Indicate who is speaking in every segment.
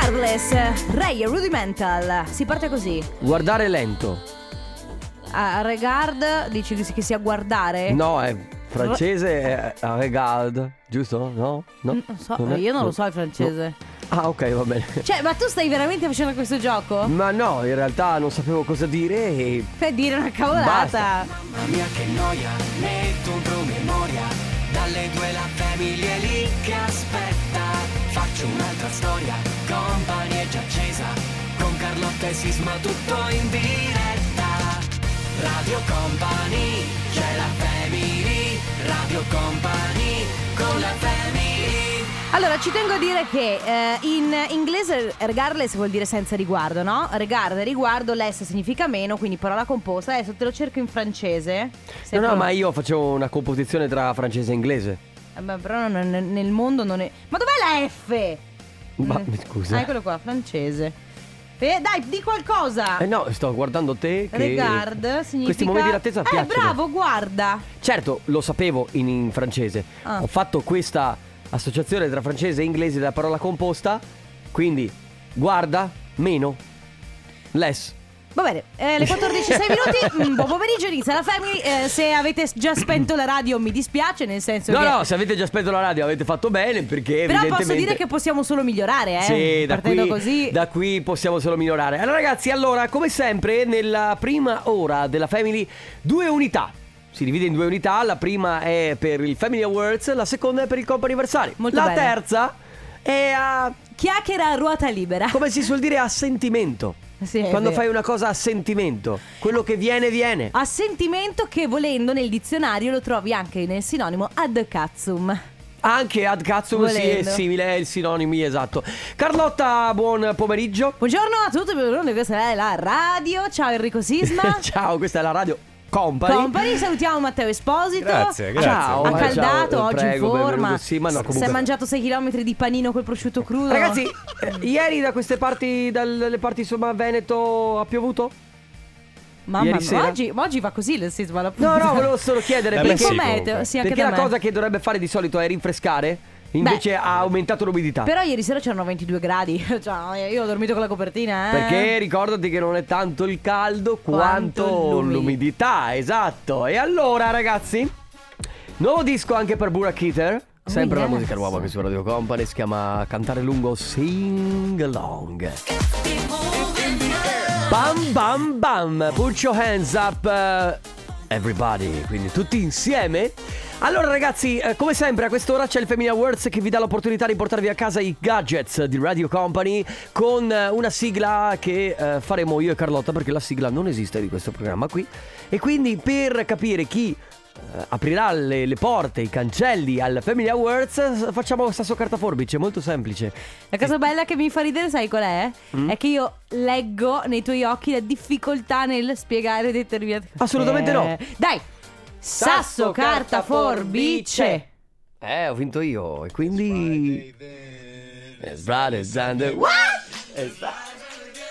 Speaker 1: Marvelous, Ray Rudimental. Si parte così.
Speaker 2: Guardare lento.
Speaker 1: A regard, dici che si- che sia guardare?
Speaker 2: No, è francese è a regard, giusto? No? No?
Speaker 1: Non so, io non lo so il francese.
Speaker 2: Ah, ok, va bene.
Speaker 1: Cioè, ma tu stai veramente facendo questo gioco?
Speaker 2: Ma no, in realtà non sapevo cosa dire e
Speaker 1: Per dire una cavolata.
Speaker 3: Mamma mia che noia, metto un promemoria, dalle due la famiglia è lì che aspetta. Faccio un'altra storia, company è già accesa, con Carlotta e Sisma tutto in diretta. Radio Company, c'è la family, Radio Company, con la family.
Speaker 1: Allora, ci tengo a dire che eh, in inglese regardless vuol dire senza riguardo, no? Regard, riguardo, less significa meno, quindi parola composta. Adesso te lo cerco in francese. Se
Speaker 2: No, no,
Speaker 1: provo-
Speaker 2: ma io facevo una composizione tra francese e inglese.
Speaker 1: Eh, beh, però non- nel mondo non è... Ma dov'è la F?
Speaker 2: Ma
Speaker 1: Mm.
Speaker 2: mi scusa.
Speaker 1: Ah, eccolo qua, francese. Eh, dai, di qualcosa.
Speaker 2: Eh no, sto guardando te che
Speaker 1: Regard significa...
Speaker 2: Questi momenti di attesa
Speaker 1: Eh,
Speaker 2: piacciono.
Speaker 1: bravo, guarda.
Speaker 2: Certo, lo sapevo in, in francese.
Speaker 1: Ah.
Speaker 2: Ho fatto questa associazione tra francese e inglese della parola composta, quindi guarda meno less.
Speaker 1: Va bene, eh, le 14.06 minuti, mm, buon pomeriggio, inizia la family. Eh, se avete s- già spento la radio mi dispiace, nel senso
Speaker 2: No,
Speaker 1: che...
Speaker 2: no, se avete già spento la radio avete fatto bene perché
Speaker 1: Però
Speaker 2: evidentemente
Speaker 1: posso dire che possiamo solo migliorare, eh?
Speaker 2: Sì, da
Speaker 1: Partendo
Speaker 2: qui,
Speaker 1: così.
Speaker 2: da qui possiamo solo migliorare. Allora, ragazzi, allora, come sempre, nella prima ora della Family, due unità. Si divide in due unità, la prima è per il Family Awards, la seconda è per il Coppa Anniversario.
Speaker 1: Molto
Speaker 2: la
Speaker 1: bene.
Speaker 2: terza è a,
Speaker 1: Chiacchiera a ruota libera.
Speaker 2: come si suol dire, a sentimento.
Speaker 1: Eh Sì, è
Speaker 2: Quando
Speaker 1: vero.
Speaker 2: fai una cosa a sentimento, quello che viene, viene.
Speaker 1: A sentimento che volendo nel dizionario lo trovi anche nel sinonimo ad cazzum.
Speaker 2: Anche ad cazzo sì, è
Speaker 1: Volendo.
Speaker 2: simile, è il sinonimo esatto. Carlotta, buon pomeriggio.
Speaker 1: Buongiorno a tutti, benvenuti, questa è la radio. Ciao Enrico Sisma.
Speaker 2: Ciao, questa è la radio Company.
Speaker 1: Company, salutiamo Matteo Esposito.
Speaker 4: Grazie, grazie.
Speaker 2: Ciao,
Speaker 1: Ha caldato
Speaker 2: ciao,
Speaker 1: oggi
Speaker 2: prego,
Speaker 1: in forma.
Speaker 2: benvenuto. Sì, ma
Speaker 1: S-
Speaker 2: no,
Speaker 1: Si
Speaker 2: comunque-
Speaker 1: è mangiato 6 km di panino col prosciutto crudo.
Speaker 2: Ragazzi, eh, ieri da queste parti, dalle parti insomma Veneto ha piovuto?
Speaker 1: mamma
Speaker 2: ieri
Speaker 1: mia,
Speaker 2: sera-
Speaker 1: oggi, ma oggi va così il Sisma. la
Speaker 2: No,
Speaker 1: puntata.
Speaker 2: no, volevo solo chiedere
Speaker 4: Da me
Speaker 2: perché,
Speaker 4: sì,
Speaker 1: Com'è?
Speaker 4: comunque.
Speaker 1: Sì, anche
Speaker 2: perché
Speaker 1: da
Speaker 2: la
Speaker 1: me.
Speaker 2: cosa che dovrebbe fare di solito è rinfrescare, invece ha aumentato l'umidità.
Speaker 1: Però ieri sera c'erano 22 gradi. Cioè, io ho dormito con la copertina, eh.
Speaker 2: Perché ricordati che non è tanto il caldo quanto,
Speaker 1: Quanto l'umi-
Speaker 2: l'umidità, esatto. E allora ragazzi, nuovo disco anche per Burak Heater. Sempre la
Speaker 1: yes.
Speaker 2: musica nuova qui su Radio Company, si chiama Cantare lungo Sing Along. Bam bam bam, put your hands up eh, everybody, quindi tutti insieme. Allora ragazzi, eh, come sempre a quest'ora c'è il Family Awards che vi dà l'opportunità di portarvi a casa i gadgets di Radio Company con eh, una sigla che eh, faremo io e Carlotta perché la sigla non esiste di questo programma qui. E quindi per capire chi eh, aprirà le, le porte, i cancelli al Family Awards eh, facciamo sasso carta forbice, molto semplice.
Speaker 1: La cosa bella che mi fa ridere, sai qual è?
Speaker 2: Mm?
Speaker 1: È che io leggo nei tuoi occhi la difficoltà nel spiegare determinate cose.
Speaker 2: Assolutamente no.
Speaker 1: Dai, sasso, carta, forbice.
Speaker 2: Eh, ho vinto io e quindi... It's Friday, Sunday. What? It's Friday.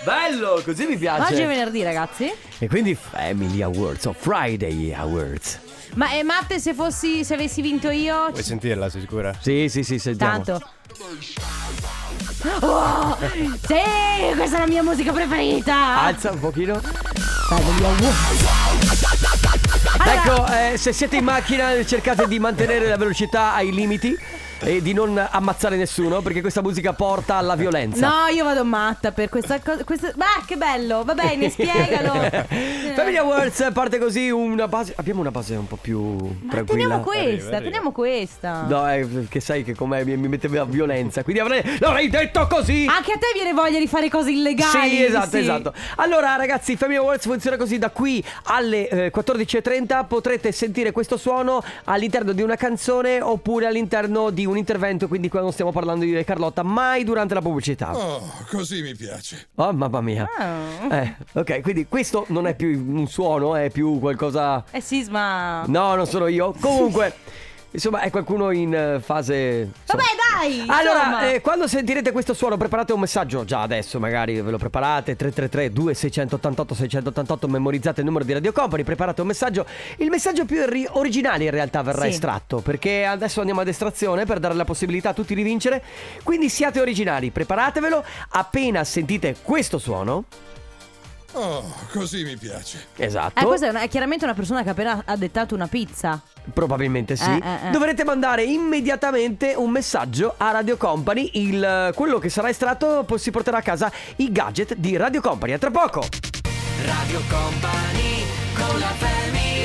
Speaker 2: Bello, così mi piace.
Speaker 1: Oggi è venerdì, ragazzi.
Speaker 2: E quindi Family Awards o Friday Awards.
Speaker 1: Ma eh, Matte, se fossi, se avessi vinto io.
Speaker 4: Vuoi sentirla, sei sicura?
Speaker 2: Sì, sì, sì, sentiamo.
Speaker 1: Tanto. Oh, sì, questa è la mia musica preferita.
Speaker 2: Alza un pochino.
Speaker 1: Ah. Allora-
Speaker 2: Ecco, eh, se siete in macchina cercate di mantenere la velocità ai limiti e di non ammazzare nessuno perché questa musica porta alla violenza.
Speaker 1: No, io vado matta per questa cosa. Questa... Ma che bello! Va bene, spiegalo. Eh.
Speaker 2: Family Awards parte così una base. Abbiamo una base un po' più
Speaker 1: Ma
Speaker 2: tranquilla.
Speaker 1: teniamo questa,
Speaker 4: Arriva, arriva.
Speaker 1: teniamo questa.
Speaker 2: No, eh, perché sai che com'è, mi, mi metteva violenza, quindi avrei, l'avrei detto così!
Speaker 1: Anche a te viene voglia di fare cose illegali.
Speaker 2: Sì, esatto, esatto. Allora, ragazzi, Family Awards funziona così: da qui alle eh, 14.30 potrete sentire questo suono all'interno di una canzone oppure all'interno di un intervento. Quindi, qua non stiamo parlando io e Carlotta, mai durante la pubblicità.
Speaker 5: Oh, così mi piace.
Speaker 2: Oh, mamma mia.
Speaker 1: Ah.
Speaker 2: Eh, ok, quindi questo non è più un suono, è più qualcosa.
Speaker 1: Eh, sisma.
Speaker 2: No, non sono io. Comunque. Insomma, è qualcuno in eh, fase. insomma.
Speaker 1: Vabbè, dai, insomma.
Speaker 2: Allora, eh, quando sentirete questo suono, preparate un messaggio già adesso, magari ve lo preparate. 333-2688-688, memorizzate il numero di Radio Company, preparate un messaggio. Il messaggio più ri- originale in realtà verrà
Speaker 1: Sì.
Speaker 2: estratto, perché adesso andiamo ad estrazione per dare la possibilità a tutti di vincere. Quindi siate originali, preparatevelo. Appena sentite questo suono,
Speaker 5: Oh, così mi piace.
Speaker 2: esatto.
Speaker 1: Eh, questa è, una- è chiaramente una persona che appena ha dettato una pizza.
Speaker 2: Probabilmente sì.
Speaker 1: Eh, eh, eh.
Speaker 2: Dovrete mandare immediatamente un messaggio a Radio Company. Il, eh, quello che sarà estratto po- si porterà a casa i gadget di Radio Company. A tra poco.
Speaker 3: Radio Company con la family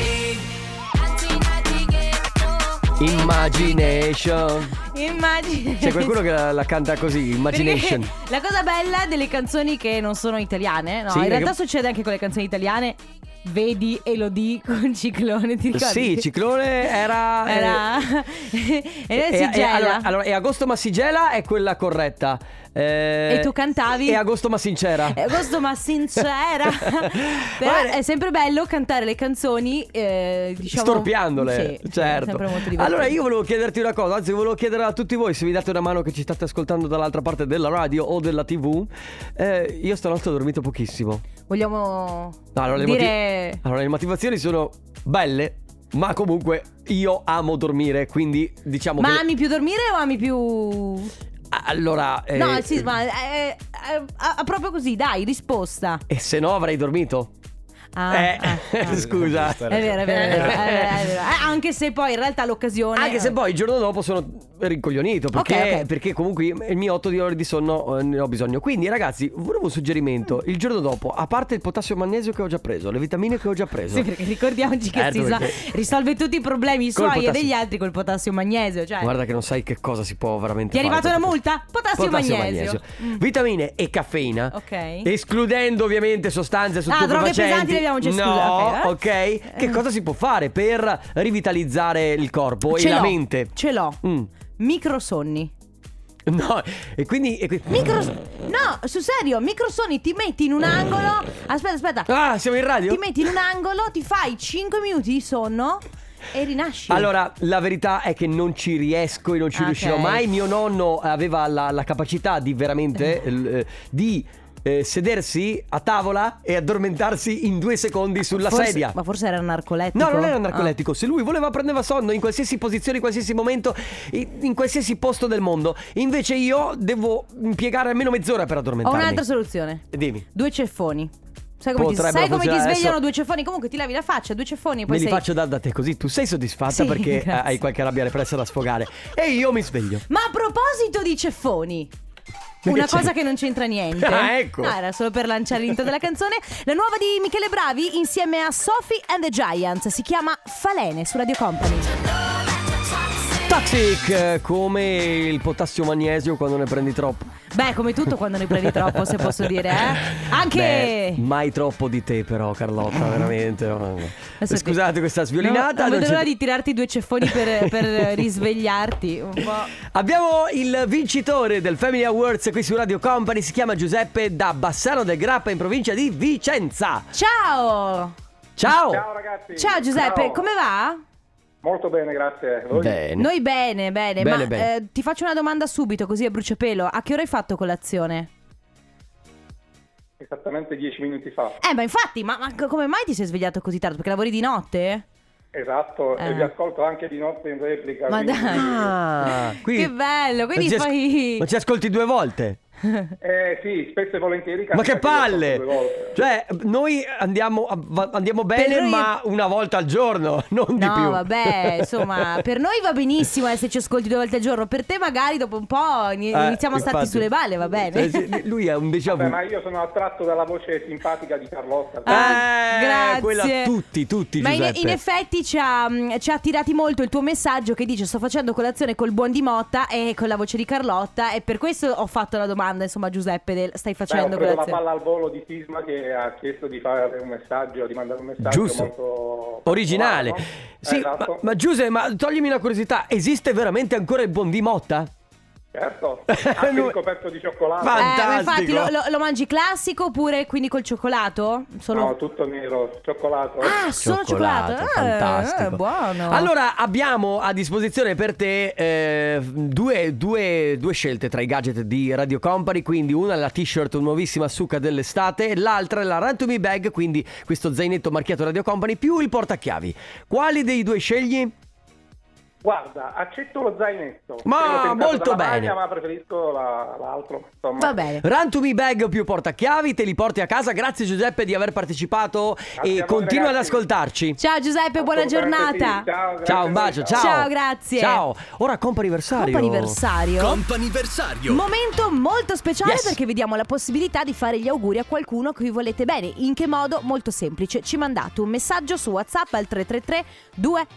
Speaker 2: Imagination.
Speaker 1: Immagini.
Speaker 2: C'è qualcuno che la, la canta così, Imagination.
Speaker 1: Perché La cosa bella delle canzoni che non sono italiane, no?
Speaker 2: Sì,
Speaker 1: in
Speaker 2: perché-
Speaker 1: realtà succede anche con le canzoni italiane. Vedi Elodie con Ciclone, ti ricordi?
Speaker 2: Sì, Ciclone era...
Speaker 1: Era.
Speaker 2: eh,
Speaker 1: e lei
Speaker 2: e-
Speaker 1: si
Speaker 2: e-
Speaker 1: gela.
Speaker 2: allora, allora, e Agosto ma Sigela è quella corretta. Eh,
Speaker 1: E tu cantavi?
Speaker 2: E Agosto ma Sincera.
Speaker 1: Eh, questo ma sincera Però
Speaker 2: Vabbè.
Speaker 1: è sempre bello cantare le canzoni eh, diciamo,
Speaker 2: Storpiandole,
Speaker 1: sì,
Speaker 2: certo.
Speaker 1: è sempre molto divertente.
Speaker 2: allora io volevo chiederti una cosa, anzi volevo chiedere a tutti voi se mi date una mano che ci state ascoltando dall'altra parte della radio o della tv. Eh, io stanotte ho dormito pochissimo.
Speaker 1: Vogliamo
Speaker 2: No, allora, le
Speaker 1: dire
Speaker 2: moti- allora, le motivazioni sono belle, ma comunque io amo dormire, quindi diciamo
Speaker 1: Ma
Speaker 2: che...
Speaker 1: ami più dormire o ami più...
Speaker 2: Allora... eh,
Speaker 1: No, sì, ma eh, eh, ah, proprio così, dai, risposta
Speaker 2: E se no avrei dormito?
Speaker 1: Ah,
Speaker 2: eh,
Speaker 1: ah, ah.
Speaker 2: scusa.
Speaker 1: È vero, è vero, è vero, è vero, è vero. Eh, Anche se poi in realtà l'occasione...
Speaker 2: Anche se poi il giorno dopo sono rincoglionito perché,
Speaker 1: Ok, ok.
Speaker 2: perché comunque il mio 8 di ore di sonno eh, ne ho bisogno. Quindi ragazzi, volevo un suggerimento. Il giorno dopo, a parte il potassio e il magnesio che ho già preso, le vitamine che ho già preso.
Speaker 1: Sì, perché ricordiamoci che
Speaker 2: Certo,
Speaker 1: si sa,
Speaker 2: perché-
Speaker 1: risolve tutti i problemi
Speaker 2: Col
Speaker 1: suoi e
Speaker 2: potassio.
Speaker 1: degli altri col potassio e magnesio, cioè...
Speaker 2: Guarda che non sai che cosa si può veramente
Speaker 1: Ti è
Speaker 2: fare
Speaker 1: arrivata una
Speaker 2: dopo
Speaker 1: multa?
Speaker 2: questo.
Speaker 1: Potassio e
Speaker 2: Potassio e
Speaker 1: magnesio. Mm.
Speaker 2: Vitamine e caffeina.
Speaker 1: Ok.
Speaker 2: Escludendo ovviamente sostanze
Speaker 1: Ah, droghe
Speaker 2: stupefacenti.
Speaker 1: pesanti le abbiamo già escluse,
Speaker 2: No,
Speaker 1: ok, eh?
Speaker 2: ok. Che cosa si può fare per rivitalizzare il corpo
Speaker 1: Ce
Speaker 2: e la
Speaker 1: l'ho,
Speaker 2: mente?
Speaker 1: Ce l'ho.
Speaker 2: Mm.
Speaker 1: Microsonni.
Speaker 2: No, e quindi... e qui-
Speaker 1: Micro... No, sul serio, microsonni ti metti in un angolo. Aspetta, aspetta.
Speaker 2: Ah, siamo in radio?
Speaker 1: Ti metti in un angolo, ti fai 5 minuti di sonno e rinasci.
Speaker 2: Allora, la verità è che non ci riesco e non ci
Speaker 1: Ah, Ok.
Speaker 2: riuscirò mai. Mio nonno aveva la, la capacità di veramente l- eh, di eh, sedersi a tavola e addormentarsi in due secondi sulla
Speaker 1: Ah, Forse-
Speaker 2: sedia.
Speaker 1: Ma Ah. forse era un narcolettico.
Speaker 2: No, non era un
Speaker 1: narcolettico
Speaker 2: narcolettico. Se lui voleva prendeva sonno in qualsiasi posizione, in qualsiasi momento, in, in qualsiasi posto del mondo. Invece io devo impiegare almeno mezz'ora per
Speaker 1: Ho
Speaker 2: addormentarmi. Eh,
Speaker 1: un'altra soluzione.
Speaker 2: Dimmi.
Speaker 1: Due ceffoni. Sai come, ti,
Speaker 2: Potrebbero
Speaker 1: sai come ti
Speaker 2: funzionare.
Speaker 1: svegliano
Speaker 2: Adesso-
Speaker 1: due ceffoni? Comunque ti lavi la faccia, due ceffoni e poi
Speaker 2: Me li
Speaker 1: sei...
Speaker 2: faccio dar da te così tu sei soddisfatta
Speaker 1: Sì,
Speaker 2: perché eh,
Speaker 1: grazie.
Speaker 2: hai qualche rabbia repressa da sfogare. E io mi sveglio.
Speaker 1: Ma a proposito di ceffoni.
Speaker 2: Che
Speaker 1: Una
Speaker 2: c'è?
Speaker 1: cosa che non c'entra niente.
Speaker 2: Ah, ecco.
Speaker 1: No, era solo per lanciare l'intro della canzone. La nuova di Michele Bravi insieme a Sophie and the Giants. Si chiama Falene su Radio Company.
Speaker 2: Toxic eh, come il potassio magnesio quando ne prendi troppo.
Speaker 1: Beh, come tutto quando ne prendi troppo, se posso dire, eh. Anche.
Speaker 2: Beh, mai troppo di te però Carlotta, veramente. mamma mia.
Speaker 1: Adesso che-
Speaker 2: Scusate questa sviolinata.
Speaker 1: No, non
Speaker 2: non
Speaker 1: vedo l'ora
Speaker 2: c'è-
Speaker 1: di tirarti due ceffoni per, per risvegliarti un po'.
Speaker 2: Abbiamo il vincitore del Family Awards qui su Radio Company, si chiama Giuseppe da Bassano del Grappa in provincia di Vicenza.
Speaker 1: Ciao!
Speaker 2: Ciao!
Speaker 4: ragazzi.
Speaker 1: Ciao Giuseppe,
Speaker 4: Ciao.
Speaker 1: come va?
Speaker 4: Molto bene, grazie. Voi?
Speaker 2: Bene.
Speaker 1: Noi bene, bene,
Speaker 2: Bene,
Speaker 1: ma
Speaker 2: bene.
Speaker 1: eh, ti faccio una domanda subito, così a bruciapelo. A che ora hai fatto colazione?
Speaker 4: Esattamente dieci minuti fa.
Speaker 1: Eh, ma infatti, ma, ma co- come mai ti sei svegliato così tardi? Perché lavori di notte?
Speaker 4: Esatto,
Speaker 1: Eh.
Speaker 4: e vi ascolto anche di notte in replica.
Speaker 1: Ma
Speaker 4: quindi-
Speaker 1: dai.
Speaker 2: Ah, qui-
Speaker 1: Che bello, quindi
Speaker 2: non ci as-
Speaker 1: fai-
Speaker 2: Non ci ascolti due volte.
Speaker 4: Eh sì, spesso e volentieri.
Speaker 2: Ma
Speaker 4: capita
Speaker 2: che
Speaker 4: vi ascolto
Speaker 2: palle!
Speaker 4: due volte.
Speaker 2: Cioè, noi andiamo, va- andiamo bene,
Speaker 1: Per noi-
Speaker 2: ma una volta al giorno, non di più.
Speaker 1: No, vabbè, insomma, per noi va benissimo eh, se ci ascolti due volte al giorno, per te magari dopo un po' ni-
Speaker 2: Eh,
Speaker 1: iniziamo a starti
Speaker 2: infatti.
Speaker 1: sulle balle, va bene?
Speaker 2: Eh, sì, lui è un diciamo déjà vu.
Speaker 4: Vabbè, ma io sono attratto dalla voce simpatica di Carlotta.
Speaker 1: Ah,
Speaker 2: Eh,
Speaker 1: grazie.
Speaker 2: quella- tutti, tutti,
Speaker 1: Ma in,
Speaker 2: Giuseppe.
Speaker 1: in effetti ci ha, mh, ci ha tirati molto il tuo messaggio che dice sto facendo colazione col buon di Motta e con la voce di Carlotta e per questo ho fatto la domanda insomma a Giuseppe del stai
Speaker 4: Beh,
Speaker 2: cioè,
Speaker 4: ho
Speaker 1: facendo
Speaker 4: preso la
Speaker 1: colazione.
Speaker 4: palla al volo di Sisma che ha chiesto di fare un messaggio, di mandare un messaggio
Speaker 2: Giusto.
Speaker 4: molto
Speaker 2: Originale.
Speaker 4: particolare, no?
Speaker 2: Sì,
Speaker 4: Esatto.
Speaker 2: ma, ma Giuse, ma toglimi una curiosità, esiste veramente ancora il buon di Motta?
Speaker 4: Certo, anche
Speaker 2: Lui-
Speaker 4: ricoperto di cioccolato.
Speaker 1: Eh,
Speaker 2: Ma-
Speaker 1: ma infatti
Speaker 2: Fantastico.
Speaker 1: lo, lo- lo mangi classico oppure quindi col cioccolato? Solo...
Speaker 4: No, tutto nero, cioccolato.
Speaker 1: Ah, solo cioccolato. Ah,
Speaker 2: fantastico.
Speaker 1: eh, buono.
Speaker 2: Allora abbiamo a disposizione per te eh, due, due- due scelte tra i gadget di Radio Company. Quindi una è la t-shirt nuovissima succa dell'estate, l'altra è la Run to Me Bag, quindi questo zainetto marchiato Radio Company più il portachiavi. Quali dei due scegli?
Speaker 4: Guarda, accetto lo zainetto.
Speaker 2: Ma
Speaker 4: Ero tentato
Speaker 2: molto
Speaker 4: dalla
Speaker 2: bene.
Speaker 4: Magna, ma preferisco la- l'altro. Insomma.
Speaker 1: Va bene.
Speaker 2: Run to me bag più portachiavi, te li porti a casa. Grazie Giuseppe di aver partecipato
Speaker 4: Grazie a
Speaker 2: e
Speaker 4: voi,
Speaker 2: continua ad
Speaker 4: ragazzi.
Speaker 2: ascoltarci.
Speaker 1: Ciao Giuseppe, buona
Speaker 4: Assolutamente
Speaker 1: giornata.
Speaker 4: sì. Ciao, grazie
Speaker 2: Ciao,
Speaker 4: a
Speaker 2: un
Speaker 4: voi,
Speaker 2: bacio, ciao.
Speaker 1: Ciao, grazie.
Speaker 2: Ciao. Ora compa anniversario.
Speaker 1: Comp'anniversario.
Speaker 6: Comp'anniversario.
Speaker 1: Momento molto speciale
Speaker 2: Yes.
Speaker 1: perché vi diamo la possibilità di fare gli auguri a qualcuno a cui volete bene. In che modo? Molto semplice. Ci mandate un messaggio su WhatsApp al 333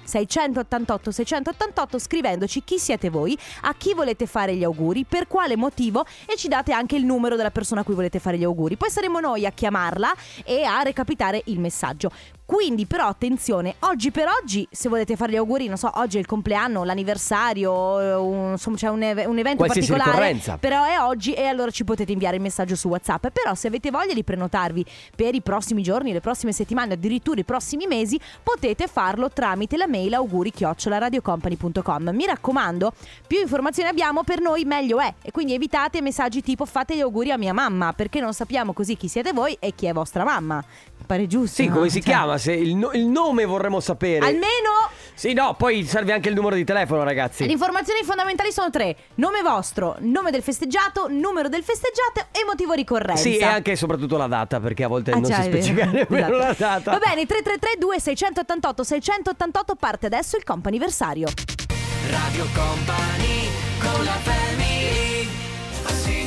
Speaker 1: 2688 688 scrivendoci chi siete voi, a chi volete fare gli auguri, per quale motivo e ci date anche il numero della persona a cui volete fare gli auguri. Poi saremo noi a chiamarla e a recapitare il messaggio. Quindi però attenzione, oggi per oggi se volete fare gli auguri, non so, oggi è il compleanno, l'anniversario, eh, un- insomma c'è un, eve- un evento
Speaker 2: Qualsiasi
Speaker 1: particolare,
Speaker 2: ricorrenza.
Speaker 1: però è oggi e allora ci potete inviare il messaggio su WhatsApp. Però se avete voglia di prenotarvi per i prossimi giorni, le prossime settimane, addirittura i prossimi mesi, potete farlo tramite la mail auguri Mi raccomando, più informazioni abbiamo per noi meglio è e quindi evitate messaggi tipo fate gli auguri a mia mamma perché non sappiamo così chi siete voi e chi è vostra mamma. Pare giusto?
Speaker 2: Sì,
Speaker 1: no?
Speaker 2: come si
Speaker 1: Cioè,
Speaker 2: chiama? Se il, no- il nome vorremmo sapere.
Speaker 1: Almeno
Speaker 2: Sì, no, poi serve anche il numero di telefono,
Speaker 1: Le
Speaker 2: ragazzi.
Speaker 1: informazioni fondamentali sono tre: nome vostro, nome del festeggiato, numero del festeggiato e motivo ricorrenza.
Speaker 2: Sì, e anche e soprattutto la data, perché a volte
Speaker 1: Ah,
Speaker 2: non
Speaker 1: già,
Speaker 2: si
Speaker 1: è vero.
Speaker 2: specifica nemmeno
Speaker 1: Esatto.
Speaker 2: la data.
Speaker 1: Va bene, 333 2688 688 parte adesso il comp'anniversario.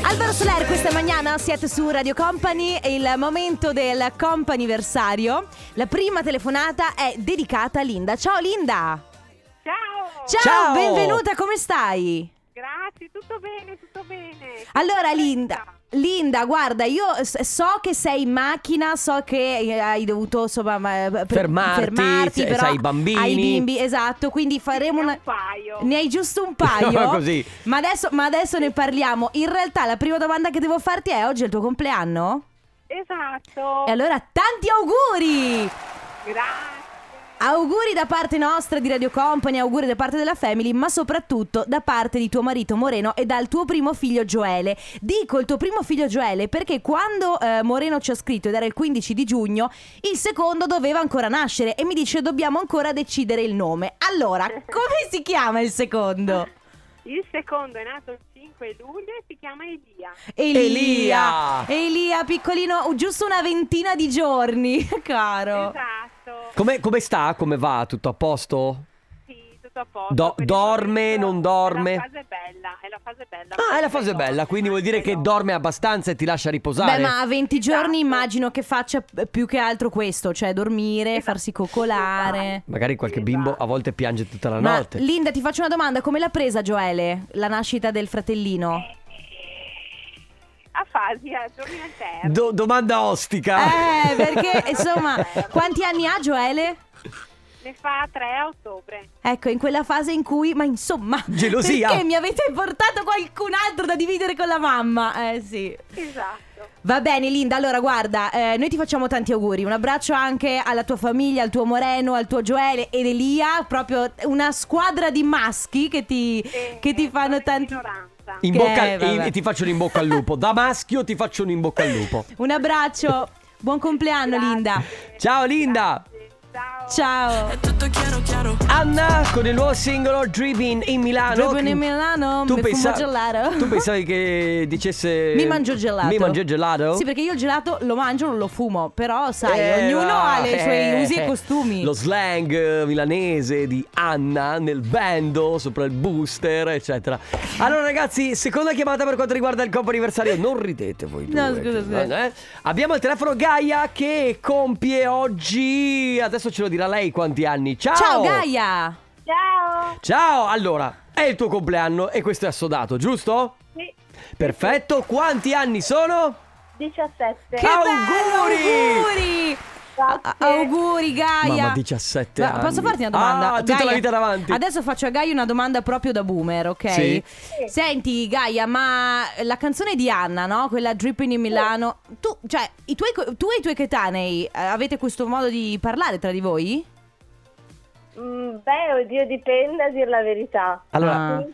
Speaker 1: Alvaro Soler, questa mattina siete su Radio Company, è il momento del comp'anniversario. La prima telefonata è dedicata a Linda. Ciao Linda!
Speaker 7: Ciao!
Speaker 1: Ciao,
Speaker 2: Ciao!
Speaker 1: benvenuta, come stai?
Speaker 7: Grazie, tutto bene, tutto bene.
Speaker 1: Allora
Speaker 7: Tutto bene.
Speaker 1: Linda, Linda, guarda, io s- so che sei in macchina, so che eh, hai dovuto insomma ma- eh, per-
Speaker 2: Fermarti,
Speaker 1: fermarti
Speaker 2: se-
Speaker 1: però
Speaker 2: sai, i bambini.
Speaker 1: Hai i bimbi, esatto, quindi faremo
Speaker 7: Ne ho
Speaker 1: una...
Speaker 7: un paio.
Speaker 1: Ne hai giusto un paio.
Speaker 2: No, così.
Speaker 1: Ma adesso, ma adesso ne parliamo. In realtà la prima domanda che devo farti è oggi è il tuo compleanno?
Speaker 7: Esatto.
Speaker 1: E allora tanti auguri!
Speaker 7: Grazie.
Speaker 1: Auguri da parte nostra di Radio Company, auguri da parte della Family, ma soprattutto da parte di tuo marito Moreno e dal tuo primo figlio Gioele. Dico il tuo primo figlio Gioele perché quando eh, Moreno ci ha scritto ed era il 15 di giugno, il secondo doveva ancora nascere e mi dice dobbiamo ancora decidere il nome. Allora, come si chiama il secondo?
Speaker 7: Il secondo è nato il 5 luglio e si chiama Elia.
Speaker 1: Elia.
Speaker 2: Elia.
Speaker 1: Elia, piccolino, giusto una ventina di giorni, caro.
Speaker 7: Esatto.
Speaker 2: Come, come sta? Come va? Tutto a posto?
Speaker 7: Sì, tutto a posto.
Speaker 2: Do-
Speaker 7: Per il
Speaker 2: dorme,
Speaker 7: momento
Speaker 2: non dorme?
Speaker 7: È la fase bella, è la fase bella.
Speaker 2: Ah, è la fase bella, quindi vuol dire che dorme abbastanza e ti lascia riposare.
Speaker 1: Beh, ma a 20 giorni
Speaker 7: Esatto.
Speaker 1: immagino che faccia eh, più che altro questo, cioè dormire, farsi coccolare.
Speaker 2: Magari qualche
Speaker 7: Sì,
Speaker 2: bimbo
Speaker 7: esatto.
Speaker 2: a volte piange tutta la
Speaker 1: Ma
Speaker 2: notte.
Speaker 1: Linda, ti faccio una domanda, come l'ha presa Gioele, la nascita del fratellino?
Speaker 7: A fasi, a giorni alterni.
Speaker 2: Do- domanda ostica.
Speaker 1: Eh, perché insomma, quanti anni ha Gioele?
Speaker 7: ne fa 3 a ottobre.
Speaker 1: Ecco, in quella fase in cui, ma insomma,
Speaker 2: Gelosia.
Speaker 1: perché mi avete portato qualcun altro da dividere con la mamma? Eh sì.
Speaker 7: Esatto.
Speaker 1: Va bene Linda, allora guarda, eh, noi ti facciamo tanti auguri, un abbraccio anche alla tua famiglia, al tuo Moreno, al tuo Gioele ed Elia, proprio una squadra di maschi che ti,
Speaker 7: E-
Speaker 1: che ti fanno
Speaker 7: eh, sono
Speaker 1: tanti...
Speaker 7: Ignoranza.
Speaker 2: In
Speaker 1: che-
Speaker 2: bocca al-
Speaker 1: vabbè.
Speaker 2: in- ti faccio un in bocca al lupo. Da maschio ti faccio un in bocca al lupo.
Speaker 1: Un abbraccio, buon compleanno
Speaker 7: Grazie.
Speaker 1: Linda,
Speaker 2: Ciao Linda!
Speaker 7: Grazie. Ciao.
Speaker 1: ciao!
Speaker 2: Anna con il nuovo singolo Driven in Milano.
Speaker 1: Driven in Milano, mi fumo gelato.
Speaker 2: tu pensavi che dicesse
Speaker 1: Mi mangio gelato.
Speaker 2: Mi mangio gelato?
Speaker 1: Sì, perché io il gelato lo mangio, non lo fumo, però sai,
Speaker 2: Eh,
Speaker 1: ognuno
Speaker 2: va,
Speaker 1: ha i suoi
Speaker 2: eh,
Speaker 1: usi e
Speaker 2: eh.
Speaker 1: costumi.
Speaker 2: Lo slang eh, milanese di Anna nel bando, sopra il booster, eccetera. Allora, ragazzi, seconda chiamata per quanto riguarda il compo anniversario. Non ridete voi due.
Speaker 1: No, scusa, scusa.
Speaker 2: che- eh. Abbiamo al telefono Gaia che compie oggi. Adesso ce lo dirà lei quanti anni. Ciao!
Speaker 1: Ciao Gaia!
Speaker 7: Ciao.
Speaker 2: Ciao, allora, è il tuo compleanno e questo è assodato, giusto?
Speaker 7: Sì.
Speaker 2: Perfetto, quanti anni sono?
Speaker 7: 17.
Speaker 1: Che
Speaker 2: Auguri!
Speaker 1: bello, auguri! A- auguri Gaia.
Speaker 2: Mamma, 17
Speaker 1: Ma
Speaker 2: anni.
Speaker 1: Posso farti una domanda?
Speaker 2: Ah, tutta
Speaker 1: Gaia,
Speaker 2: la vita davanti.
Speaker 1: Adesso faccio a Gaia una domanda proprio da boomer, ok?
Speaker 2: Sì.
Speaker 1: Senti Gaia, ma la canzone di Anna, no? Quella Dripping in Milano, tu, cioè, i tuoi co- tu e i tuoi coetanei eh, avete questo modo di parlare tra di voi?
Speaker 6: Mm, Beh, oddio, dipende a dire la verità.
Speaker 2: Allora,
Speaker 1: Ah.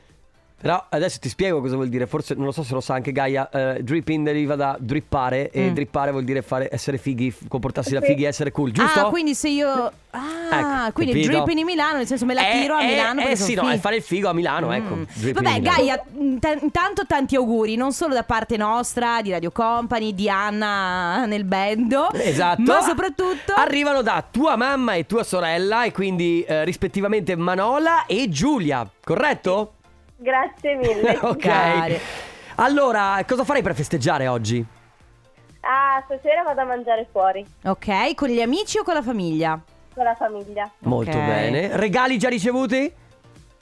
Speaker 2: però adesso ti spiego cosa vuol dire. Forse non lo so se lo sa anche Gaia. eh, dripping deriva da drippare. E
Speaker 1: Mm.
Speaker 2: drippare vuol dire fare, essere fighi, f- comportarsi da
Speaker 6: Sì.
Speaker 2: fighi, essere cool, giusto?
Speaker 1: Ah, quindi se io Ah,
Speaker 2: Ecco,
Speaker 1: quindi
Speaker 2: capito?
Speaker 1: Dripping in Milano, nel senso me la
Speaker 2: Eh,
Speaker 1: tiro a
Speaker 2: eh,
Speaker 1: Milano
Speaker 2: Eh,
Speaker 1: perché sono
Speaker 2: sì, no,
Speaker 1: fi-
Speaker 2: è fare il figo a Milano, ecco.
Speaker 1: Mm.
Speaker 2: Dripping
Speaker 1: Vabbè,
Speaker 2: in Milano.
Speaker 1: Gaia, int- intanto tanti auguri, non solo da parte nostra, di Radio Company, di Anna nel bando,
Speaker 2: Esatto.
Speaker 1: ma soprattutto
Speaker 2: Arrivano da tua mamma e tua sorella, e quindi eh, rispettivamente Manola e Giulia, corretto?
Speaker 6: Grazie mille.
Speaker 1: Care.
Speaker 2: ok. Allora, cosa farei per festeggiare oggi?
Speaker 6: Ah, stasera vado a mangiare fuori
Speaker 1: Ok, con gli amici o con la famiglia?
Speaker 6: con la famiglia.
Speaker 2: Molto
Speaker 1: Ok.
Speaker 2: bene. Regali già ricevuti?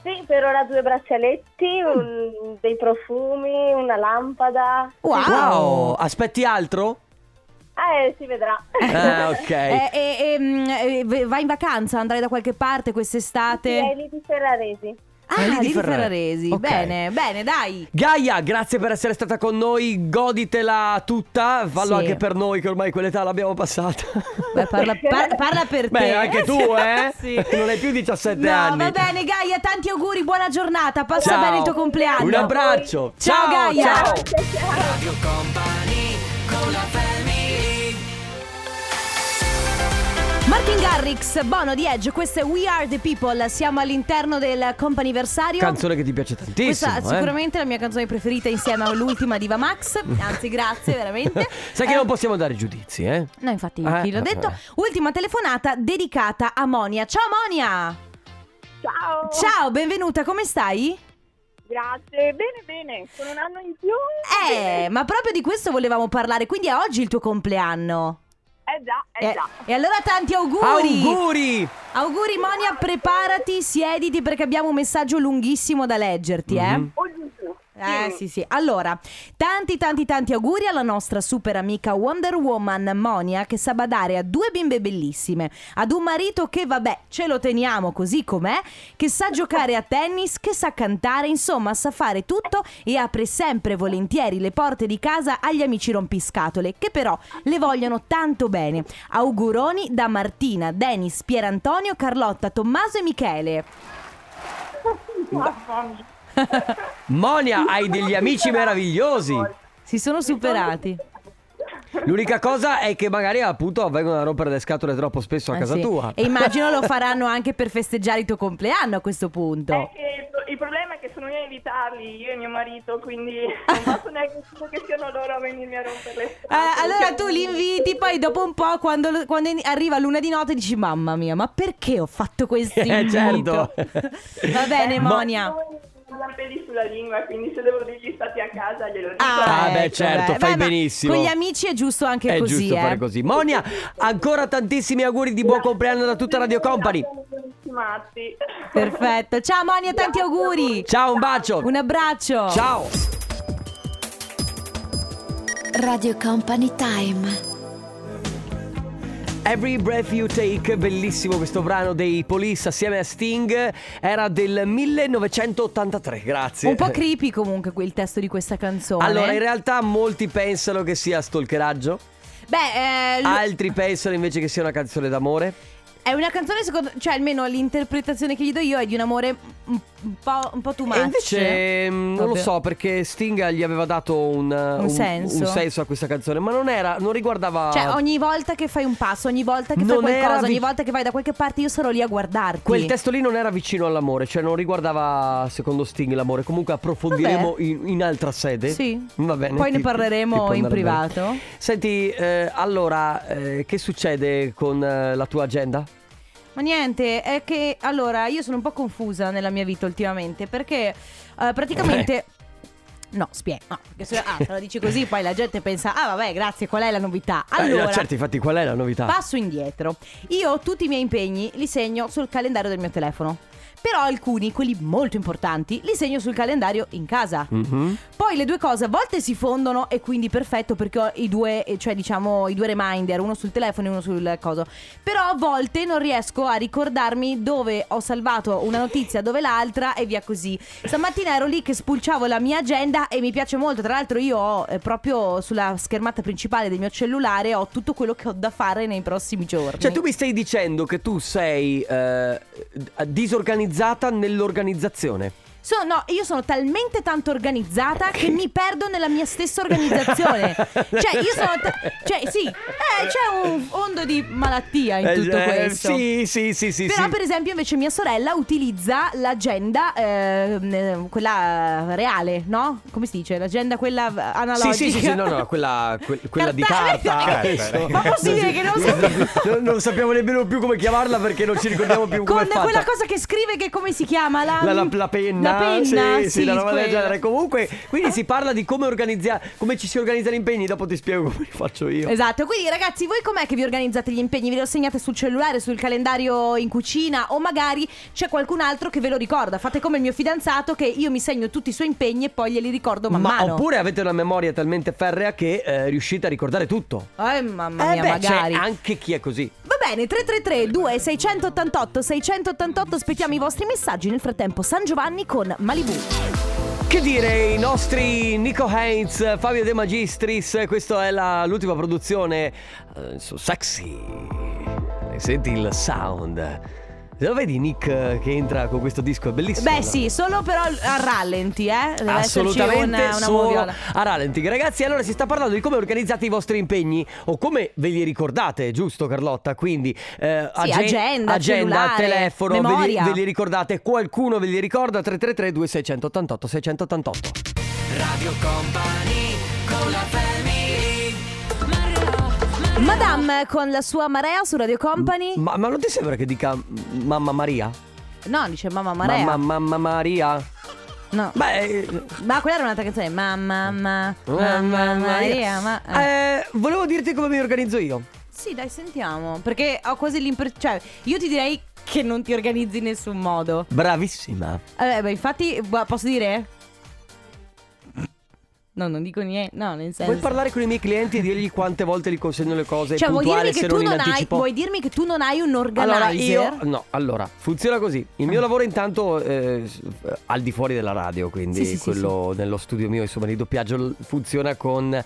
Speaker 6: Sì, per ora due braccialetti, un- dei profumi, una lampada.
Speaker 1: Wow!
Speaker 2: Aspetti altro?
Speaker 6: Eh, si vedrà.
Speaker 2: Ah, ok.
Speaker 1: Eh, eh, ehm, eh, v- vai in vacanza, andrai da qualche parte
Speaker 6: Direi
Speaker 1: quest'estate?
Speaker 6: lì di Ferraresi.
Speaker 1: Ah,
Speaker 2: Eh, lì di
Speaker 1: lì di
Speaker 2: Ferrara-
Speaker 1: Ferraresi.
Speaker 2: Ok.
Speaker 1: Bene, bene, dai.
Speaker 2: Gaia, grazie per essere stata con noi, goditela tutta, fallo
Speaker 1: Sì.
Speaker 2: anche per noi che ormai quell'età l'abbiamo passata.
Speaker 1: Beh, parla, par- parla per
Speaker 2: Beh,
Speaker 1: te.
Speaker 2: anche tu, eh?
Speaker 1: Sì.
Speaker 2: Non hai più 17
Speaker 1: no,
Speaker 2: anni.
Speaker 1: va bene, Gaia, tanti auguri, buona giornata. Passa
Speaker 2: Ciao.
Speaker 1: bene il tuo compleanno.
Speaker 2: Un abbraccio.
Speaker 1: Ciao, Gaia.
Speaker 2: ciao.
Speaker 3: Radio Company con la family
Speaker 1: Martin Garrix, Bono di Edge, questo è We Are the People. Siamo all'interno del companiversario.
Speaker 2: Canzone che ti piace tantissimo.
Speaker 1: Questa è
Speaker 2: eh?
Speaker 1: sicuramente la mia canzone preferita insieme all'ultima di Max. Anzi, grazie, veramente.
Speaker 2: Sai che
Speaker 1: Eh,
Speaker 2: non possiamo dare giudizi, eh?
Speaker 1: No, infatti,
Speaker 2: Eh,
Speaker 1: chi l'ho
Speaker 2: eh,
Speaker 1: detto.
Speaker 2: eh.
Speaker 1: Ultima telefonata dedicata a Monia. Ciao Monia!
Speaker 7: Ciao.
Speaker 1: Ciao, benvenuta, come stai?
Speaker 7: Grazie. Bene, bene. Con un anno in più.
Speaker 1: Eh, ma proprio di questo volevamo parlare, quindi è oggi il tuo compleanno.
Speaker 7: Eh già, eh,
Speaker 1: Eh,
Speaker 7: già.
Speaker 6: Esatto.
Speaker 1: e allora tanti auguri!
Speaker 2: Auguri!
Speaker 1: Auguri Monia, preparati, siediti perché abbiamo un messaggio lunghissimo da leggerti, eh.
Speaker 2: Mhm.
Speaker 7: Oggi
Speaker 1: Eh sì sì, allora, tanti tanti tanti auguri alla nostra super amica Wonder Woman Monia che sa badare a due bimbe bellissime, ad un marito che vabbè ce lo teniamo così com'è, che sa giocare a tennis, che sa cantare, insomma sa fare tutto e apre sempre volentieri le porte di casa agli amici rompiscatole che però le vogliono tanto bene. Auguroni da Martina, Denis, Pierantonio, Carlotta, Tommaso e Michele.
Speaker 2: Monia, hai degli amici meravigliosi.
Speaker 1: Si sono superati.
Speaker 2: L'unica cosa è che magari appunto vengono a rompere le scatole troppo spesso a
Speaker 1: Ah,
Speaker 2: casa
Speaker 1: sì.
Speaker 2: tua.
Speaker 1: E immagino lo faranno anche per festeggiare il tuo compleanno a questo punto.
Speaker 7: Eh, il- il problema è che sono io a invitarli, io e mio marito, quindi non posso neanche dire che siano loro a venirmi a rompere le
Speaker 1: Eh, allora tu li inviti, poi dopo un po', quando, lo- quando in- arriva l'una di notte, dici: Mamma mia, ma perché ho fatto questo
Speaker 2: Eh,
Speaker 1: invito?
Speaker 2: certo.
Speaker 1: Va
Speaker 7: Eh,
Speaker 1: bene,
Speaker 2: Ma-
Speaker 1: Monia.
Speaker 7: Ho peli sulla lingua, quindi se devo dirgli state a casa glielo dico.
Speaker 2: Ah, beh, certo, fai
Speaker 1: ma
Speaker 2: benissimo.
Speaker 1: ecco, Con gli amici è giusto anche
Speaker 2: È
Speaker 1: così.
Speaker 2: giusto
Speaker 1: eh.
Speaker 2: fare così. Monia, ancora tantissimi auguri di buon compleanno da tutta Radio Company.
Speaker 7: Matti.
Speaker 1: Perfetto. Ciao, Monia, tanti auguri.
Speaker 2: Ciao, un bacio.
Speaker 1: Un abbraccio.
Speaker 2: Ciao.
Speaker 8: Radio Company Time.
Speaker 2: Every Breath You Take, bellissimo questo brano dei Police assieme a Sting, era del 1983, grazie.
Speaker 1: Un po' creepy comunque il testo di questa canzone.
Speaker 2: Allora, in realtà molti pensano che sia stalkeraggio,
Speaker 1: Beh, eh, l-
Speaker 2: altri pensano invece che sia una canzone d'amore.
Speaker 1: È una canzone, secondo cioè almeno l'interpretazione che gli do io è di un amore un, un po', un po' too much.
Speaker 2: E invece ehm, non lo
Speaker 1: Vabbè.
Speaker 2: so perché Sting gli aveva dato un, un-
Speaker 1: senso.
Speaker 2: un senso a questa canzone, ma non era, non riguardava...
Speaker 1: Cioè, ogni volta che fai un passo, ogni volta che fai
Speaker 2: Non era
Speaker 1: qualcosa,
Speaker 2: vi-
Speaker 1: ogni volta che vai da qualche parte, io sarò lì a guardarti.
Speaker 2: Quel testo lì non era vicino all'amore, cioè non riguardava secondo Sting l'amore. Comunque approfondiremo
Speaker 1: Vabbè.
Speaker 2: in, in altra sede.
Speaker 1: Sì.
Speaker 2: Va bene.
Speaker 1: Poi ne
Speaker 2: ti-
Speaker 1: parleremo
Speaker 2: ti può
Speaker 1: in
Speaker 2: andare bene.
Speaker 1: privato.
Speaker 2: Senti, eh, allora, eh, che succede con eh, la tua agenda?
Speaker 1: Ma niente, è che allora io sono un po' confusa nella mia vita ultimamente perché eh, praticamente. No, spiego. No, perché se ah, se la dici così, poi la gente pensa, ah, vabbè, grazie, qual è la novità? Allora,
Speaker 2: Eh, certo, infatti, qual è la novità?
Speaker 1: Passo indietro. Io tutti i miei impegni li segno sul calendario del mio telefono. Però alcuni, quelli molto importanti, li segno sul calendario in casa.
Speaker 2: Mhm.
Speaker 1: Poi le due cose a volte si fondono e quindi perfetto perché ho i due, eh, cioè diciamo i due reminder, uno sul telefono e uno sul coso. Però a volte non riesco a ricordarmi dove ho salvato una notizia, dove l'altra e via così. Stamattina ero lì che spulciavo la mia agenda e mi piace molto, tra l'altro io ho eh, proprio sulla schermata principale del mio cellulare ho tutto quello che ho da fare nei prossimi giorni.
Speaker 2: Cioè, tu mi stai dicendo che tu sei eh, disorganizzata nell'organizzazione.
Speaker 1: So- no, io sono talmente tanto organizzata che mi perdo nella mia stessa organizzazione. cioè, io sono. ta- cioè, sì, eh, c'è un fondo di malattia in
Speaker 2: Eh,
Speaker 1: tutto
Speaker 2: eh,
Speaker 1: questo.
Speaker 2: Sì, sì, sì, sì.
Speaker 1: Però
Speaker 2: sì.
Speaker 1: per esempio invece mia sorella utilizza l'agenda, ehm, eh, quella reale, no? Come si dice? L'agenda quella eh, analogica.
Speaker 2: Sì, sì, sì, sì, no, no, quella, que- quella di
Speaker 1: Carta-
Speaker 2: carta. eh,
Speaker 1: Carta. Ma possibile che non
Speaker 2: sappiamo? Non, non sappiamo nemmeno più come chiamarla perché non ci ricordiamo più come
Speaker 1: Con
Speaker 2: è fatta.
Speaker 1: quella cosa che scrive che come si chiama? La, mm,
Speaker 2: La, la- la penna,
Speaker 1: La penna,
Speaker 2: sì, sì, la roba del
Speaker 1: quella.
Speaker 2: genere. Comunque, quindi si parla di come organizzare, come ci si organizza gli impegni. Dopo ti spiego come li faccio io.
Speaker 1: Esatto, quindi ragazzi, voi com'è che vi organizzate gli impegni? Ve lo segnate sul cellulare, sul calendario in cucina o magari c'è qualcun altro che ve lo ricorda? Fate come il mio fidanzato che io mi segno tutti i suoi impegni e poi glieli ricordo man
Speaker 2: Ma
Speaker 1: mano.
Speaker 2: oppure avete una memoria talmente ferrea che eh, riuscite a ricordare tutto.
Speaker 1: Eh mamma
Speaker 2: eh
Speaker 1: mia,
Speaker 2: beh,
Speaker 1: magari.
Speaker 2: c'è anche chi è così.
Speaker 1: Va bene, 333 2688 688 aspettiamo i vostri messaggi. Nel frattempo San Giovanni con Malibu.
Speaker 2: Che dire, i nostri Nico Heinz, Fabio De Magistris, questa è la- l'ultima produzione eh, su Sexy. E Senti il sound. Lo vedi Nick eh, che entra con questo disco? È bellissimo.
Speaker 1: Beh
Speaker 2: no?
Speaker 1: sì, solo però a rallenti, eh. Deve
Speaker 2: Assolutamente
Speaker 1: esserci una, una
Speaker 2: solo
Speaker 1: moviola.
Speaker 2: a rallenti. Ragazzi, allora si sta parlando di come organizzate i vostri impegni o come ve li ricordate, giusto Carlotta? Quindi eh,
Speaker 1: Sì,
Speaker 2: agen-
Speaker 1: agenda, cellulare,
Speaker 2: telefono, ve li,
Speaker 1: memoria.
Speaker 2: ve li ricordate? Qualcuno ve li ricorda? 333 2688 688.
Speaker 1: Madame con la sua marea su Radio Company.
Speaker 2: Ma, ma non ti sembra che dica Mamma Maria?
Speaker 1: No, dice mamma marea.
Speaker 2: Mamma, mamma Maria?
Speaker 1: No.
Speaker 2: Beh,
Speaker 1: Ma quella era un'altra canzone. Mamma, ma,
Speaker 2: eh,
Speaker 1: mamma Maria. Ma, eh.
Speaker 2: Eh, volevo dirti come mi organizzo io.
Speaker 1: Sì, dai, sentiamo. Perché ho quasi l'impressione. Cioè, io ti direi che non ti organizzi in nessun modo.
Speaker 2: Bravissima.
Speaker 1: Eh, beh, infatti, bu- posso dire? No, non dico niente. No, nel senso.
Speaker 2: Puoi parlare con i miei clienti e dirgli quante volte gli consegno le cose
Speaker 1: cioè, vuoi
Speaker 2: puntuale
Speaker 1: dirmi,
Speaker 2: se
Speaker 1: che
Speaker 2: non
Speaker 1: tu
Speaker 2: in
Speaker 1: non hai,
Speaker 2: anticipo?
Speaker 1: vuoi dirmi che tu non hai un organizer?
Speaker 2: Allora io no, allora funziona così. Il
Speaker 1: Ah.
Speaker 2: mio lavoro intanto eh, s- eh, al di fuori della radio, quindi
Speaker 1: Sì, sì, sì,
Speaker 2: quello nello studio mio, insomma, di doppiaggio l- funziona con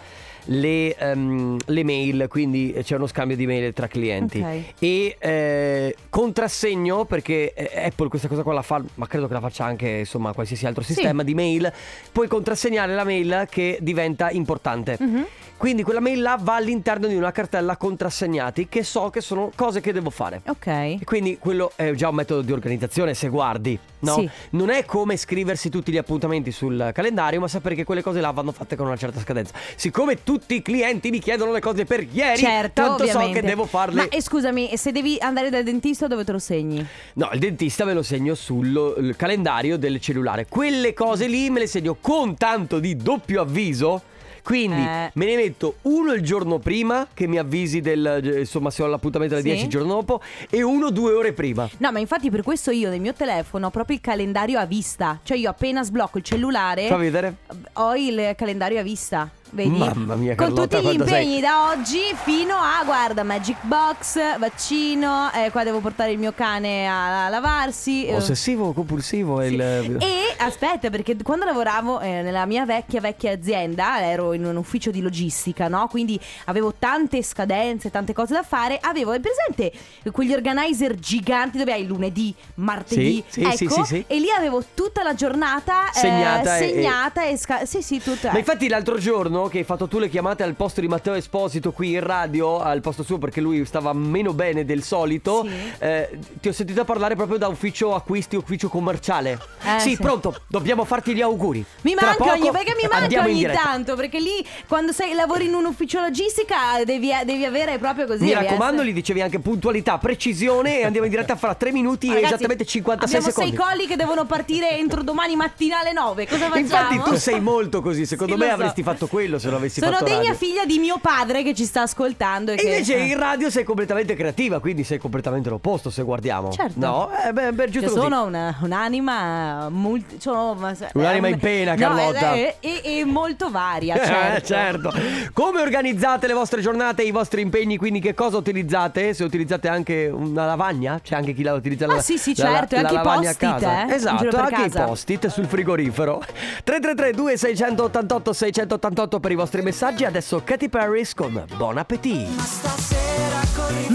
Speaker 2: le, ehm, le mail, quindi c'è uno scambio di mail tra clienti.
Speaker 1: Ok.
Speaker 2: E eh, contrassegno perché eh, Apple questa cosa qua la fa, ma credo che la faccia anche insomma qualsiasi altro sistema di mail, puoi contrassegnare la mail che diventa importante.
Speaker 1: Mhm.
Speaker 2: Quindi quella mail là va all'interno di una cartella contrassegnati che so che sono cose che devo fare.
Speaker 1: Ok.
Speaker 2: E quindi quello è già un metodo di organizzazione se guardi, no?
Speaker 1: Sì.
Speaker 2: Non è come scriversi tutti gli appuntamenti sul calendario, ma sapere che quelle cose là vanno fatte con una certa scadenza. Siccome tutti i clienti mi chiedono le cose per ieri,
Speaker 1: Certo,
Speaker 2: tanto
Speaker 1: ovviamente.
Speaker 2: so che devo farle.
Speaker 1: Ma e scusami, e se devi andare dal dentista dove te lo segni?
Speaker 2: No, il dentista me lo segno sul il calendario del cellulare. Quelle cose lì me le segno con tanto di doppio avviso. Quindi
Speaker 1: Eh.
Speaker 2: me ne metto uno il giorno prima che mi avvisi del eh, insomma se ho l'appuntamento alle
Speaker 1: Sì.
Speaker 2: 10 il giorno dopo e uno due ore prima.
Speaker 1: No, ma infatti per questo io nel mio telefono ho proprio il calendario a vista. Cioè io appena sblocco il cellulare
Speaker 2: Fa vedere?
Speaker 1: ho il calendario a vista. Vedi?
Speaker 2: Mamma mia,
Speaker 1: Con
Speaker 2: Carlotta,
Speaker 1: tutti gli
Speaker 2: quanto sei-
Speaker 1: impegni da oggi fino a, guarda, Magic Box, vaccino, eh, qua devo portare il mio cane a, a lavarsi. eh,
Speaker 2: Ossessivo, compulsivo è
Speaker 1: sì.
Speaker 2: il... eh,
Speaker 1: E aspetta, perché quando lavoravo eh, nella mia vecchia vecchia azienda, ero in un ufficio di logistica, no? Quindi avevo tante scadenze, tante cose da fare. Avevo, hai presente quegli organizer giganti dove hai lunedì, martedì,
Speaker 2: Sì,
Speaker 1: ecco,
Speaker 2: sì, sì, sì, sì.
Speaker 1: e lì avevo tutta la giornata eh,
Speaker 2: Segnata e-
Speaker 1: segnata e, sca- sì, sì, tutta.
Speaker 2: Ma infatti l'altro giorno che hai fatto tu le chiamate al posto di Matteo Esposito qui in radio, al posto suo perché lui stava meno bene del solito,
Speaker 1: Sì.
Speaker 2: eh, ti ho sentito parlare proprio da ufficio acquisti, ufficio commerciale.
Speaker 1: Eh,
Speaker 2: sì,
Speaker 1: sì.
Speaker 2: pronto, dobbiamo farti gli auguri.
Speaker 1: Mi
Speaker 2: Tra
Speaker 1: manca ogni,
Speaker 2: poco
Speaker 1: perché mi manca
Speaker 2: andiamo in
Speaker 1: ogni
Speaker 2: diretta.
Speaker 1: tanto, perché lì quando sei, lavori in un ufficio logistica devi, eh, devi avere proprio così.
Speaker 2: Mi
Speaker 1: devi
Speaker 2: raccomando,
Speaker 1: essere-
Speaker 2: gli dicevi anche puntualità, precisione e andiamo in diretta fra 3 minuti e
Speaker 1: Ragazzi,
Speaker 2: esattamente 56
Speaker 1: abbiamo
Speaker 2: secondi.
Speaker 1: sei colli che devono partire entro domani mattina alle 9. Cosa facciamo?
Speaker 2: Infatti tu sei molto così, secondo
Speaker 1: Sì,
Speaker 2: me
Speaker 1: lo so.
Speaker 2: avresti fatto tranquillo se lo avessi
Speaker 1: Sono
Speaker 2: fatto
Speaker 1: degna
Speaker 2: radio.
Speaker 1: figlia di mio padre che ci sta ascoltando. E,
Speaker 2: E
Speaker 1: che... eh,
Speaker 2: invece in radio sei completamente creativa, quindi sei completamente l'opposto se guardiamo.
Speaker 1: Certo.
Speaker 2: No, eh, beh, beh,
Speaker 1: Cioè,
Speaker 2: giusto così.
Speaker 1: sono una- un'anima multi- sono- eh,
Speaker 2: Un'anima in pena, Carlotta.
Speaker 1: No, eh, eh, e, e molto varia,
Speaker 2: Eh,
Speaker 1: certo.
Speaker 2: certo. Come organizzate le vostre giornate e i vostri impegni? Quindi che cosa utilizzate? Se utilizzate anche una lavagna? C'è anche chi la utilizza la
Speaker 1: Ah, sì, sì,
Speaker 2: la- la-
Speaker 1: certo, e
Speaker 2: la
Speaker 1: anche i
Speaker 2: lavagna a
Speaker 1: post-it,
Speaker 2: casa.
Speaker 1: eh, in
Speaker 2: Esatto,
Speaker 1: giro per
Speaker 2: anche
Speaker 1: casa.
Speaker 2: i post-it sul frigorifero. 333 2688 688 per i vostri messaggi. Adesso Katy Perry con Buon Appetit.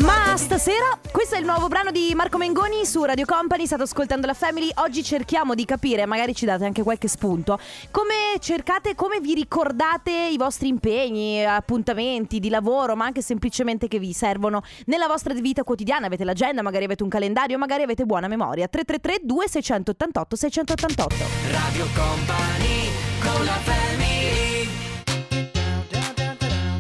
Speaker 1: Ma stasera, questo è il nuovo brano di Marco Mengoni su Radio Company, state ascoltando la Family. Oggi cerchiamo di capire, magari ci date anche qualche spunto, come cercate, come vi ricordate i vostri impegni, appuntamenti di lavoro, ma anche semplicemente che vi servono nella vostra vita quotidiana. Avete l'agenda, magari avete un calendario, magari avete buona memoria. 333 2688 688.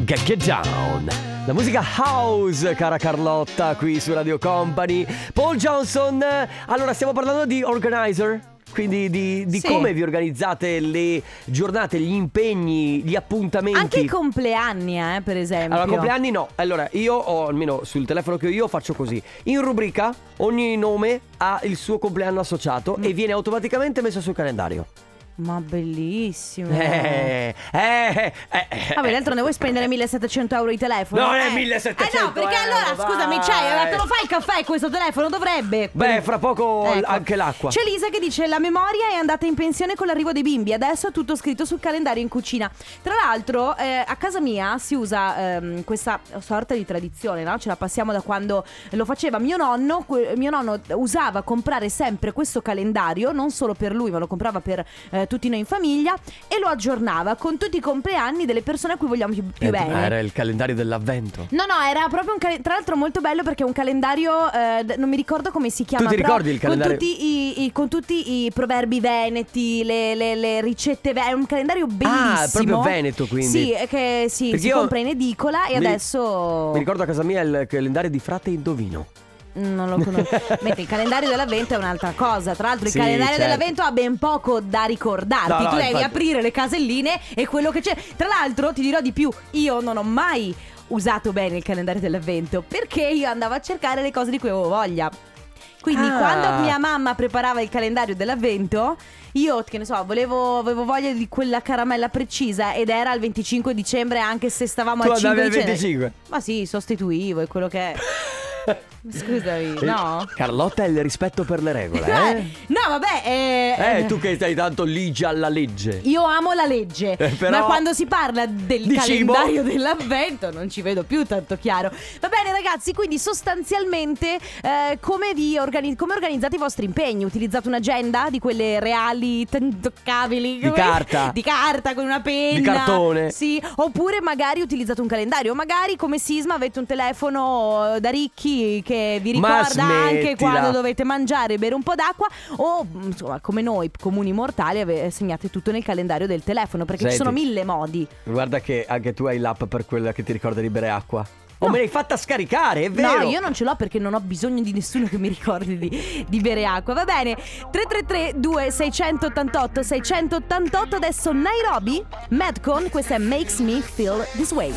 Speaker 2: Get, get down. La musica house, cara Carlotta, qui su Radio Company. Paul Johnson. eh, Allora, stiamo parlando di organizer. Quindi di, di
Speaker 1: Sì.
Speaker 2: come vi organizzate le giornate, gli impegni, gli appuntamenti.
Speaker 1: Anche i compleanni, eh, per esempio.
Speaker 2: Allora, compleanni no. Allora, io ho, almeno sul telefono che ho io, faccio così. In rubrica ogni nome ha il suo compleanno associato
Speaker 1: Mm.
Speaker 2: e viene automaticamente messo sul calendario.
Speaker 1: Ma bellissimo.
Speaker 2: Eh, eh, eh, eh,
Speaker 1: Vabbè,
Speaker 2: eh.
Speaker 1: d'altronde vuoi spendere 1700 euro di telefono?
Speaker 2: Non è
Speaker 1: Eh.
Speaker 2: 1700
Speaker 1: Eh no, perché
Speaker 2: euro,
Speaker 1: allora,
Speaker 2: vai.
Speaker 1: scusami, cioè, te lo fai il caffè questo telefono? Dovrebbe.
Speaker 2: Beh, fra poco l-
Speaker 1: Ecco.
Speaker 2: anche l'acqua.
Speaker 1: C'è Lisa che dice la memoria è andata in pensione con l'arrivo dei bimbi, adesso è tutto scritto sul calendario in cucina. Tra l'altro eh, a casa mia si usa ehm, questa sorta di tradizione, no? ce la passiamo da quando lo faceva mio nonno, que- mio nonno usava comprare sempre questo calendario, non solo per lui ma lo comprava per eh, tutti noi in famiglia e lo aggiornava con tutti i compleanni delle persone a cui vogliamo più, più
Speaker 2: Eh,
Speaker 1: bene.
Speaker 2: Era il calendario dell'avvento.
Speaker 1: No, no, era proprio un calendario. Tra l'altro, molto bello perché è un calendario. eh, d- non mi ricordo come si chiama.
Speaker 2: Tu ti
Speaker 1: però
Speaker 2: ricordi il calendario?
Speaker 1: Con tutti i, i- con tutti i proverbi veneti, le, le- le ricette. ve- È un calendario bellissimo.
Speaker 2: Ah, proprio veneto, quindi.
Speaker 1: Sì, eh, che sì,
Speaker 2: Perché
Speaker 1: si
Speaker 2: io-
Speaker 1: compra in edicola e
Speaker 2: mi-
Speaker 1: adesso.
Speaker 2: Mi ricordo a casa mia il calendario di frate indovino.
Speaker 1: Non lo conosco. Mentre il calendario dell'avvento è un'altra cosa. Tra l'altro,
Speaker 2: Sì,
Speaker 1: il calendario
Speaker 2: certo.
Speaker 1: dell'avvento ha ben poco da ricordarti.
Speaker 2: No, no,
Speaker 1: tu devi
Speaker 2: infatti.
Speaker 1: aprire le caselline e quello che c'è. Tra l'altro, ti dirò di più: io non ho mai usato bene il calendario dell'avvento perché io andavo a cercare le cose di cui avevo voglia. Quindi
Speaker 2: Ah.
Speaker 1: quando mia mamma preparava il calendario dell'avvento, io che ne so, volevo, avevo voglia di quella caramella precisa ed era il 25 dicembre anche se stavamo
Speaker 2: Tu
Speaker 1: al 5
Speaker 2: andavi al
Speaker 1: dicembre.
Speaker 2: 25.
Speaker 1: Ma sì, sostituivo, è quello che è.
Speaker 2: Eh,
Speaker 1: Scusami, no?
Speaker 2: Carlotta è il rispetto per le regole,
Speaker 1: Eh,
Speaker 2: eh?
Speaker 1: No, vabbè, eh,
Speaker 2: Eh, tu che stai tanto ligia alla legge.
Speaker 1: Io amo la legge,
Speaker 2: Eh, però-
Speaker 1: ma quando si parla del
Speaker 2: Di cibo.
Speaker 1: calendario dell'avvento non ci vedo più tanto chiaro. Va bene ragazzi, quindi sostanzialmente eh, come, vi organi- come organizzate i vostri impegni? Utilizzate un'agenda di quelle reali, t- intoccabili?
Speaker 2: Di carta.
Speaker 1: Di carta con una penna.
Speaker 2: Di cartone.
Speaker 1: Sì, oppure magari utilizzate un calendario, magari come sisma avete un telefono eh, da ricchi che vi
Speaker 2: Ma
Speaker 1: ricorda anche
Speaker 2: smettila.
Speaker 1: quando dovete mangiare e bere un po' d'acqua o mh, insomma come noi comuni mortali ave- segnate tutto nel calendario del telefono perché ci
Speaker 2: Senti.
Speaker 1: sono mille modi.
Speaker 2: Guarda che anche tu hai l'app per quella che ti ricorda di bere acqua.
Speaker 1: No.
Speaker 2: Oh, me l'hai fatta scaricare, è vero?
Speaker 1: No, io non ce l'ho perché non ho bisogno di nessuno che mi ricordi di, di bere acqua. Va bene. 333 2688 688 adesso Nairobi, Madcon, questa è Makes Me Feel This Way.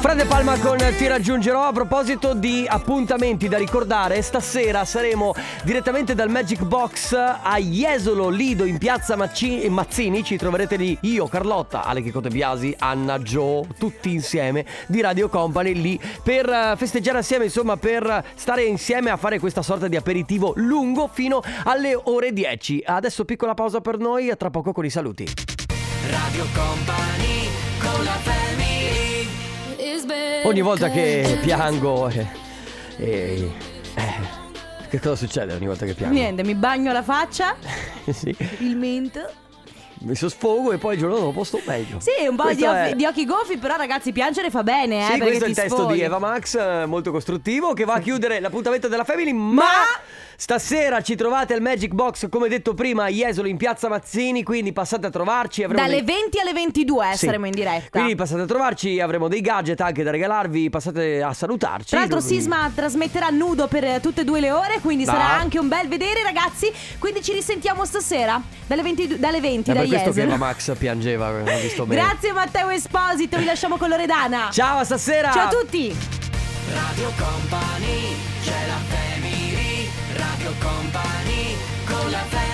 Speaker 2: Frate Palma con Ti raggiungerò. A proposito di appuntamenti da ricordare, stasera saremo direttamente dal Magic Box a Jesolo Lido in piazza Macci- Mazzini. Ci troverete lì io, Carlotta, Alechi Cotebiasi, Anna, Joe, tutti insieme di Radio Company lì per eh, festeggiare assieme, insomma, per stare insieme a fare questa sorta di aperitivo lungo fino alle ore 10. Adesso piccola pausa per noi, a tra poco con i saluti. Ogni volta che
Speaker 1: Ecco.
Speaker 2: piango eh, eh, eh, Che cosa succede ogni volta che piango?
Speaker 1: Niente, mi bagno la faccia,
Speaker 2: sì.
Speaker 1: il mento.
Speaker 2: Mi sosfogo e poi il giorno dopo sto meglio
Speaker 1: Sì, un po' di,
Speaker 2: Questo è-
Speaker 1: occhi- di occhi gonfi, però ragazzi, piangere fa bene, eh,
Speaker 2: Sì,
Speaker 1: perché
Speaker 2: questo è
Speaker 1: ti
Speaker 2: il testo
Speaker 1: sfoghi.
Speaker 2: di Eva Max eh, Molto costruttivo Che va a chiudere l'appuntamento della Family Ma, Stasera ci trovate al Magic Box, come detto prima, a Jesolo in piazza Mazzini. Quindi passate a trovarci. avremo
Speaker 1: Dalle
Speaker 2: dei-
Speaker 1: 20 alle 22
Speaker 2: Sì.
Speaker 1: saremo in diretta.
Speaker 2: Quindi passate a trovarci, avremo dei gadget anche da regalarvi. Passate a salutarci.
Speaker 1: Tra l'altro Sisma trasmetterà nudo per eh, tutte e due le ore, quindi
Speaker 2: Ah.
Speaker 1: sarà anche un bel vedere ragazzi. Quindi ci risentiamo stasera dalle 20, dalle 20
Speaker 2: È
Speaker 1: da
Speaker 2: per questo che
Speaker 1: Jesolo.
Speaker 2: la Max piangeva, non ho visto bene.
Speaker 1: Grazie Matteo Esposito, vi lasciamo con Loredana.
Speaker 2: Ciao, a stasera.
Speaker 1: Ciao a tutti.
Speaker 3: Radio Company, c'è la family, Radio Company, con la family.